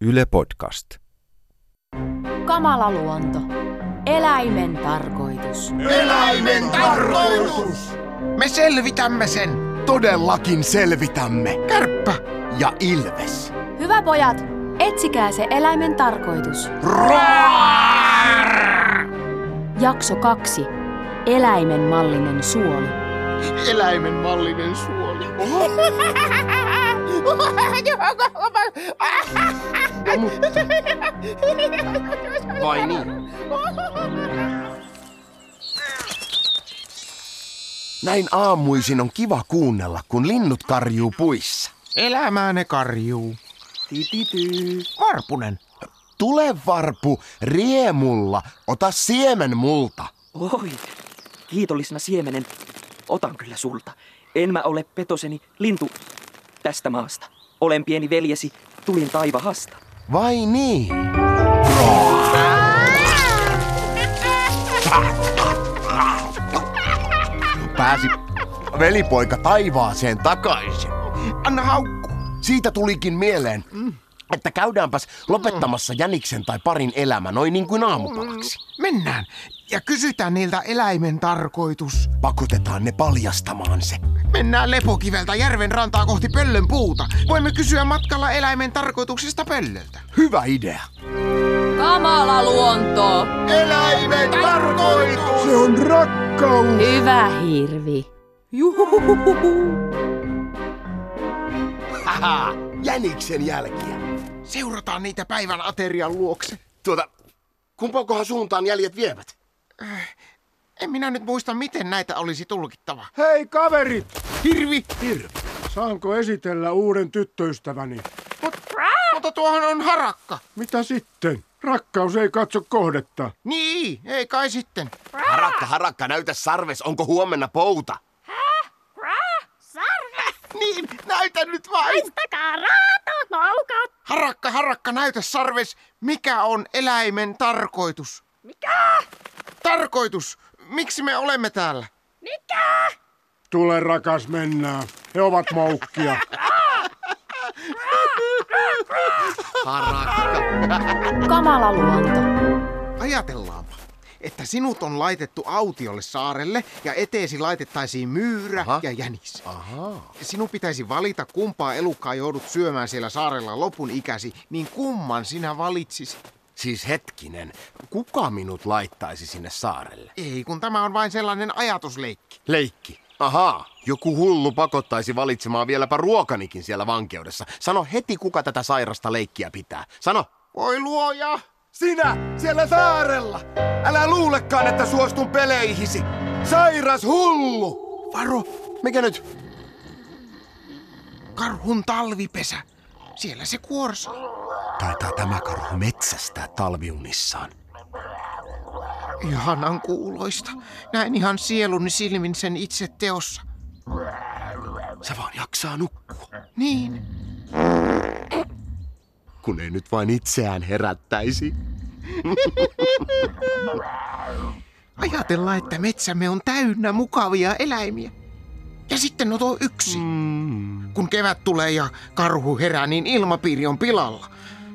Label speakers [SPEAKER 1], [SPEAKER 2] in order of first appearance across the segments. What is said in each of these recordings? [SPEAKER 1] Yle Podcast.
[SPEAKER 2] Kamala luonto. Eläimen tarkoitus.
[SPEAKER 3] Eläimen tarkoitus!
[SPEAKER 4] Me selvitämme sen.
[SPEAKER 3] Todellakin selvitämme. Kärppä ja Ilves.
[SPEAKER 2] Hyvä pojat, etsikää se eläimen tarkoitus.
[SPEAKER 3] Roar!
[SPEAKER 2] Jakso 2. Eläimen mallinen suoli.
[SPEAKER 4] Eläimen mallinen suoli. No mutta. Vai niin?
[SPEAKER 3] Näin aamuisin on kiva kuunnella, kun linnut karjuu puissa.
[SPEAKER 4] Elämää ne karjuu. Titityy. Karpunen.
[SPEAKER 3] Tule varpu riemulla, ota siemen multa.
[SPEAKER 5] Oi, kiitollisena siemenen. Otan kyllä sulta. En mä ole petoseni lintu tästä maasta. Olen pieni veljesi, tulin taivahasta.
[SPEAKER 3] Vai niin? Pääsi velipoika taivaaseen takaisin.
[SPEAKER 4] Anna haukku.
[SPEAKER 3] Siitä tulikin mieleen, että käydäänpäs lopettamassa jäniksen tai parin elämä noin niin kuin aamupalaksi.
[SPEAKER 4] Mennään ja kysytään niiltä eläimen tarkoitus.
[SPEAKER 3] Pakotetaan ne paljastamaan se.
[SPEAKER 4] Mennään Lepokiveltä järven rantaa kohti pöllön puuta. Voimme kysyä matkalla eläimen tarkoituksesta pöllöltä.
[SPEAKER 3] Hyvä idea.
[SPEAKER 2] Kamala luonto.
[SPEAKER 4] Eläimen tarkoitus!
[SPEAKER 3] Se on rakkaus.
[SPEAKER 2] Hyvä hirvi. Juhuhuhuhu.
[SPEAKER 3] Haha, jäniksen jälkiä.
[SPEAKER 4] Seurataan niitä päivän aterian luokse.
[SPEAKER 3] Tuota, kumpaankohan suuntaan jäljet vievät?
[SPEAKER 4] En minä nyt muista, miten näitä olisi tulkittava.
[SPEAKER 6] Hei kaverit!
[SPEAKER 4] Hirvi!
[SPEAKER 6] Saanko esitellä uuden tyttöystäväni?
[SPEAKER 4] Mutta tuohon on harakka.
[SPEAKER 6] Mitä sitten? Rakkaus ei katso kohdetta.
[SPEAKER 4] Niin, ei kai sitten.
[SPEAKER 3] Harakka, harakka, näytä sarves, onko huomenna pouta?
[SPEAKER 4] Niin, näytä nyt vain.
[SPEAKER 7] Haistakaa raatot, noukat!
[SPEAKER 4] Harakka, harakka, näytä sarves, mikä on eläimen tarkoitus?
[SPEAKER 7] Mikä?
[SPEAKER 4] Tarkoitus, miksi me olemme täällä?
[SPEAKER 7] Mikä?
[SPEAKER 6] Tule rakas mennään. He ovat moukkia.
[SPEAKER 2] Kamala luonto.
[SPEAKER 4] Ajatellaanpa, että sinut on laitettu autiolle saarelle ja eteesi laitettaisiin myyrä
[SPEAKER 3] Aha.
[SPEAKER 4] ja jänis.
[SPEAKER 3] Ahaa.
[SPEAKER 4] Sinun pitäisi valita, kumpaa elukkaa joudut syömään siellä saarella lopun ikäsi, niin kumman sinä valitsisit?
[SPEAKER 3] Siis hetkinen, kuka minut laittaisi sinne saarelle?
[SPEAKER 4] Ei, kun tämä on vain sellainen ajatusleikki.
[SPEAKER 3] Leikki. Ahaa, joku hullu pakottaisi valitsemaan vieläpä ruokanikin siellä vankeudessa. Sano heti, kuka tätä sairasta leikkiä pitää. Sano.
[SPEAKER 4] Voi luoja!
[SPEAKER 3] Sinä siellä saarella! Älä luulekaan, että suostun peleihisi! Sairas hullu! Varo! Mikä nyt?
[SPEAKER 4] Karhun talvipesä. Siellä se kuorsa.
[SPEAKER 3] Taitaa tämä karhu metsästää talviunissaan.
[SPEAKER 4] Ihanan kuuloista. Näin ihan sieluni silmin sen itse teossa.
[SPEAKER 3] Se vaan jaksaa nukkua,
[SPEAKER 4] Niin.
[SPEAKER 3] kun ei nyt vain itseään herättäisi.
[SPEAKER 4] Ajatellaan, että metsämme on täynnä mukavia eläimiä. Ja sitten on tuo yksi. Kun kevät tulee ja karhu herää, niin ilmapiiri on pilalla.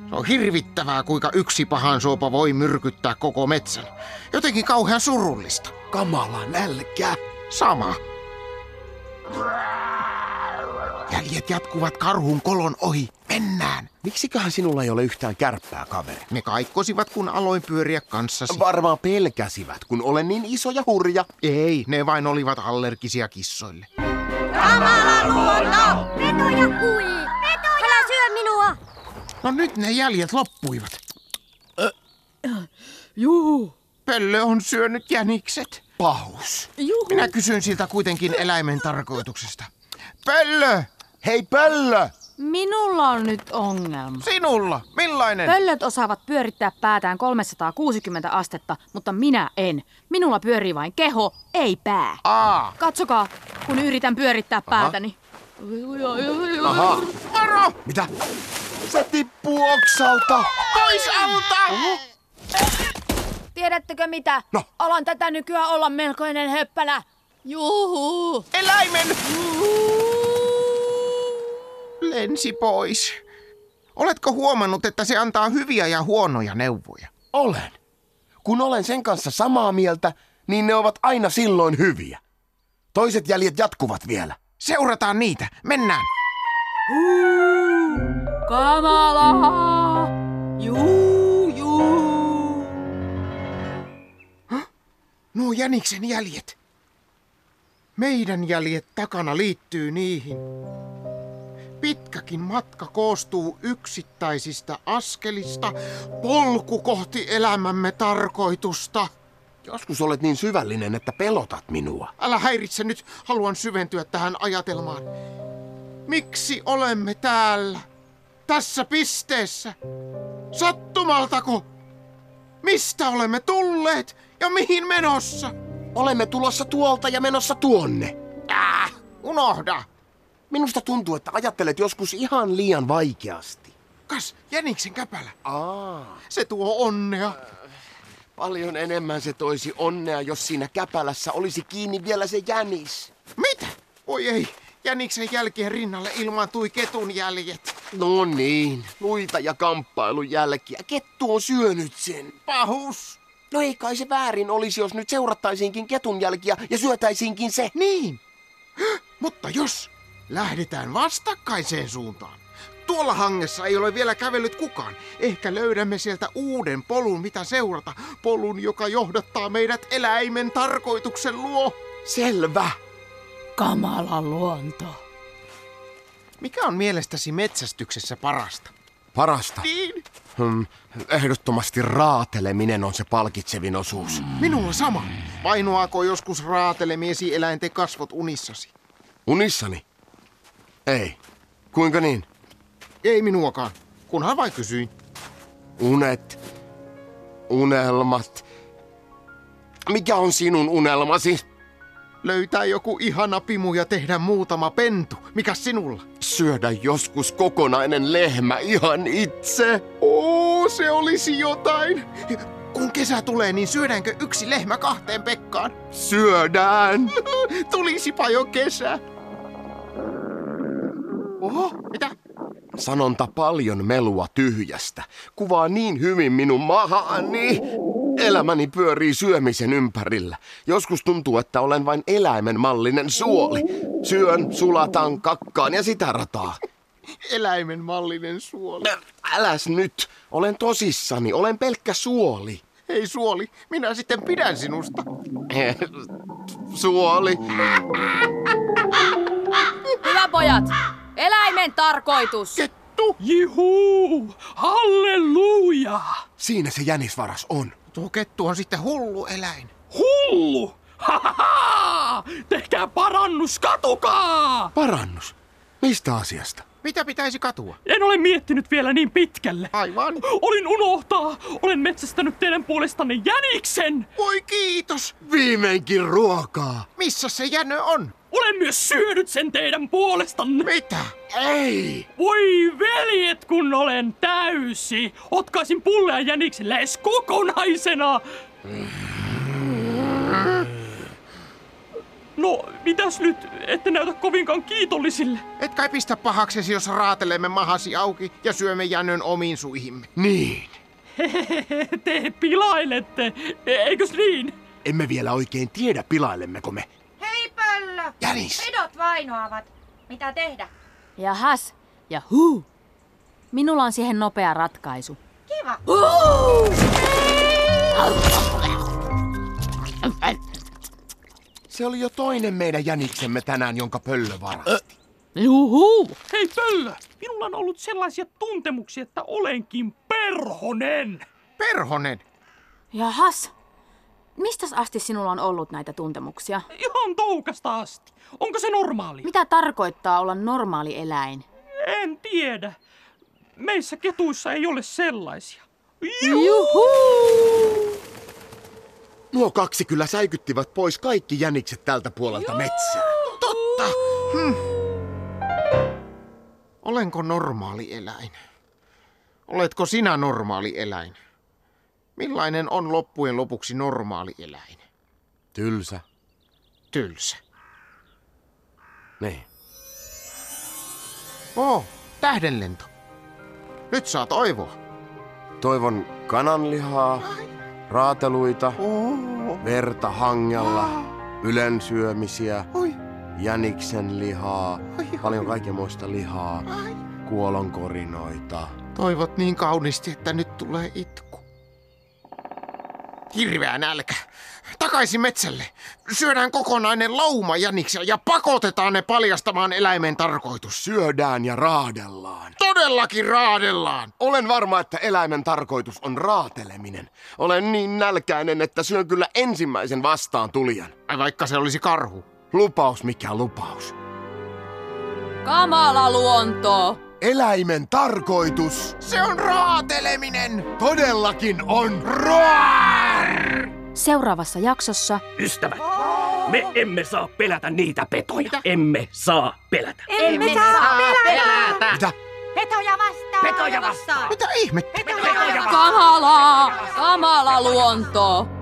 [SPEAKER 4] Se on hirvittävää, kuinka yksi pahan suopa voi myrkyttää koko metsän. Jotenkin kauhean surullista.
[SPEAKER 3] Kamala nälkä.
[SPEAKER 4] Sama. Jäljet jatkuvat karhun kolon ohi. Mennään.
[SPEAKER 3] Miksiköhän sinulla ei ole yhtään kärppää, kaveri?
[SPEAKER 4] Ne kaikkosivat, kun aloin pyöriä kanssasi.
[SPEAKER 3] Varmaan pelkäsivät, kun olen niin iso ja hurja.
[SPEAKER 4] Ei, ne vain olivat allergisia kissoille.
[SPEAKER 7] Kamala luonto! Petoja kui! Petoja! Älä syö minua!
[SPEAKER 4] No nyt ne jäljet loppuivat.
[SPEAKER 2] Juu.
[SPEAKER 4] Pöllö on syönyt jänikset.
[SPEAKER 3] Paus.
[SPEAKER 2] Juhu.
[SPEAKER 4] Minä kysyn siltä kuitenkin eläimen tarkoituksesta. Pöllö,
[SPEAKER 3] Hei pöllö!
[SPEAKER 2] Minulla on nyt ongelma.
[SPEAKER 4] sinulla, millainen?
[SPEAKER 2] Pöllöt osaavat pyörittää päätään 360 astetta, mutta minä en. Minulla pyörii vain keho, ei pää.
[SPEAKER 4] Aa,
[SPEAKER 2] Katsokaa, kun yritän pyörittää päätäni.
[SPEAKER 3] Aha.
[SPEAKER 4] varo,
[SPEAKER 3] Mitä? Se tippuu oksalta.
[SPEAKER 4] pois alta!
[SPEAKER 2] Tiedättekö mitä?
[SPEAKER 3] No.
[SPEAKER 2] Alan tätä nykyään olla melkoinen höppänä. Juhu!
[SPEAKER 4] Eläimen! Lensi pois. Oletko huomannut, että se antaa hyviä ja huonoja neuvoja?
[SPEAKER 3] Olen. Kun olen sen kanssa samaa mieltä, niin ne ovat aina silloin hyviä. Toiset jäljet jatkuvat vielä.
[SPEAKER 4] Seurataan niitä. Mennään.
[SPEAKER 2] Kamalaa! Juu, juu!
[SPEAKER 4] Nuo jäniksen jäljet. Meidän jäljet takana liittyy niihin. Pitkäkin matka koostuu yksittäisistä askelista, polku kohti elämämme tarkoitusta.
[SPEAKER 3] Joskus olet niin syvällinen, että pelotat minua.
[SPEAKER 4] Älä häiritse nyt, haluan syventyä tähän ajatelmaan. Miksi olemme täällä? Tässä pisteessä? Sattumaltako? Mistä olemme tulleet ja mihin menossa?
[SPEAKER 3] Olemme tulossa tuolta ja menossa tuonne.
[SPEAKER 4] Äh, unohda!
[SPEAKER 3] Minusta tuntuu, että ajattelet joskus ihan liian vaikeasti.
[SPEAKER 4] Kas, jäniksen käpälä.
[SPEAKER 3] Aa,
[SPEAKER 4] Se tuo onnea.
[SPEAKER 3] paljon enemmän se toisi onnea, jos siinä käpälässä olisi kiinni vielä se jänis.
[SPEAKER 4] Mitä? Oi ei, jäniksen jälkien rinnalle ilmaantui ketun jäljet.
[SPEAKER 3] No niin, luita ja kamppailun jälkiä. Kettu on syönyt sen.
[SPEAKER 4] Pahus!
[SPEAKER 3] No ei kai se väärin olisi, jos nyt seurattaisiinkin ketun jälkiä ja syötäisiinkin se.
[SPEAKER 4] Niin. Höh, Mutta jos lähdetään vastakkaiseen suuntaan. Tuolla hangessa ei ole vielä kävellyt kukaan. Ehkä löydämme sieltä uuden polun, mitä seurata. Polun, joka johdattaa meidät eläimen tarkoituksen luo.
[SPEAKER 3] Selvä.
[SPEAKER 2] Kamala luonto.
[SPEAKER 4] Mikä on mielestäsi metsästyksessä parasta?
[SPEAKER 3] Parasta.
[SPEAKER 4] Niin,
[SPEAKER 3] Hmm, ehdottomasti raateleminen on se palkitsevin osuus.
[SPEAKER 4] minulla sama. Painoaako joskus raatelemiesi eläinten kasvot unissasi?
[SPEAKER 3] Unissani? Ei. Kuinka niin?
[SPEAKER 4] Ei minuakaan, kunhan vain kysyin.
[SPEAKER 3] Unet. Unelmat. Mikä on sinun unelmasi?
[SPEAKER 4] Löytää joku ihana pimu ja tehdä muutama pentu. Mikä sinulla?
[SPEAKER 3] Syödä joskus kokonainen lehmä ihan itse.
[SPEAKER 4] Oo, se olisi jotain. Kun kesä tulee, niin syödäänkö yksi lehmä kahteen pekkaan?
[SPEAKER 3] Syödään.
[SPEAKER 4] Tulisipa jo kesä. Oho, mitä?
[SPEAKER 3] Sanonta paljon melua tyhjästä kuvaa niin hyvin minun mahaani. Elämäni pyörii syömisen ympärillä. Joskus tuntuu, että olen vain eläimen mallinen suoli. Syön, sulatan, kakkaan ja sitä rataa.
[SPEAKER 4] Eläimen mallinen suoli.
[SPEAKER 3] Äh, Äläs nyt. Olen tosissani. Olen pelkkä suoli.
[SPEAKER 4] Ei suoli, minä sitten pidän sinusta.
[SPEAKER 3] Eh, Suoli.
[SPEAKER 2] Hyvä pojat! Eläimen tarkoitus!
[SPEAKER 4] Kettu!
[SPEAKER 5] Juhu! Halleluja!
[SPEAKER 3] Siinä se jänisvaras on.
[SPEAKER 4] Tuo kettu on sitten hullu eläin.
[SPEAKER 5] Hullu! Hahaha! Tehkää parannus, katokaa!
[SPEAKER 3] Parannus. Mistä asiasta?
[SPEAKER 4] Mitä pitäisi katua?
[SPEAKER 5] En ole miettinyt vielä niin pitkälle.
[SPEAKER 4] Aivan.
[SPEAKER 5] Olin unohtaa! Olen metsästänyt teidän puolestanne jäniksen!
[SPEAKER 4] Voi kiitos!
[SPEAKER 3] Viimeinkin ruokaa.
[SPEAKER 4] Missä se jänö on?
[SPEAKER 5] Olen myös syönyt sen teidän puolestanne!
[SPEAKER 4] Mitä?
[SPEAKER 3] Ei.
[SPEAKER 5] Voi veljet, kun olen täysi! Otkaisin pullea jäniksen lähes kokonaisena! No, mitäs nyt? Ette näytä kovinkaan kiitollisille.
[SPEAKER 4] Et kai pistä pahaksesi, jos raatelemme mahasi auki ja syömme jänön omiin suihimme.
[SPEAKER 3] Niin.
[SPEAKER 5] Te pilailette, eikös niin?
[SPEAKER 3] Emme vielä oikein tiedä, pilailemmeko me.
[SPEAKER 7] Hei pöllö!
[SPEAKER 3] Jänis.
[SPEAKER 7] Pedot vainoavat. Mitä tehdä?
[SPEAKER 2] Ja häs ja huu. Minulla on siihen nopea ratkaisu.
[SPEAKER 7] Kiva.
[SPEAKER 3] Se oli jo toinen meidän jäniksemme tänään, jonka pöllö varasti.
[SPEAKER 2] Juhu!
[SPEAKER 5] Hei pöllö, minulla on ollut sellaisia tuntemuksia, että olenkin perhonen.
[SPEAKER 4] Perhonen,
[SPEAKER 2] Ja häs. Mistäs asti sinulla on ollut näitä tuntemuksia?
[SPEAKER 5] Ihan toukasta asti. Onko se normaali?
[SPEAKER 2] Mitä tarkoittaa olla normaali eläin?
[SPEAKER 5] En tiedä. Meissä ketuissa ei ole sellaisia.
[SPEAKER 2] Juhu!
[SPEAKER 3] Nuo kaksi kyllä säikyttivät pois kaikki jänikset tältä puolelta metsää.
[SPEAKER 4] totta! Hm. Olenko normaali eläin? Oletko sinä normaali eläin? Millainen on loppujen lopuksi normaali eläin?
[SPEAKER 3] Tylsä.
[SPEAKER 4] Tylsä.
[SPEAKER 3] Niin.
[SPEAKER 4] Oo, tähdenlento. Nyt saa toivoa.
[SPEAKER 3] Toivon kananlihaa, raateluita, verta hangella, ylensyömisiä,
[SPEAKER 4] Oi,
[SPEAKER 3] jäniksen lihaa,
[SPEAKER 4] oi.
[SPEAKER 3] paljon kaikenmoista lihaa, kuolonkorinoita.
[SPEAKER 4] Toivot niin kauniisti, että nyt tulee itku. Hirveä nälkä. Takaisin metsälle. Syödään kokonainen lauma jäniksen ja pakotetaan ne paljastamaan eläimen tarkoitus.
[SPEAKER 3] Syödään ja raadellaan.
[SPEAKER 4] Todellakin raadellaan.
[SPEAKER 3] Olen varma, että eläimen tarkoitus on raateleminen. Olen niin nälkäinen, että syön kyllä ensimmäisen vastaan tulijan.
[SPEAKER 4] Ai vaikka se olisi karhu.
[SPEAKER 3] Lupaus mikä lupaus.
[SPEAKER 2] Kamala luonto!
[SPEAKER 3] Eläimen tarkoitus
[SPEAKER 4] Se on raateleminen.
[SPEAKER 3] todellakin on roar!
[SPEAKER 2] Seuraavassa jaksossa
[SPEAKER 1] Ystävät, me emme saa pelätä niitä petoja. Emme saa pelätä.
[SPEAKER 7] Emme saa pelätä!
[SPEAKER 3] Mitä?
[SPEAKER 7] Petoja vastaan! Petoja vastaan!
[SPEAKER 4] Mitä ihmettä?
[SPEAKER 7] Petoja vastaan!
[SPEAKER 2] kamalaa! Kamala luonto!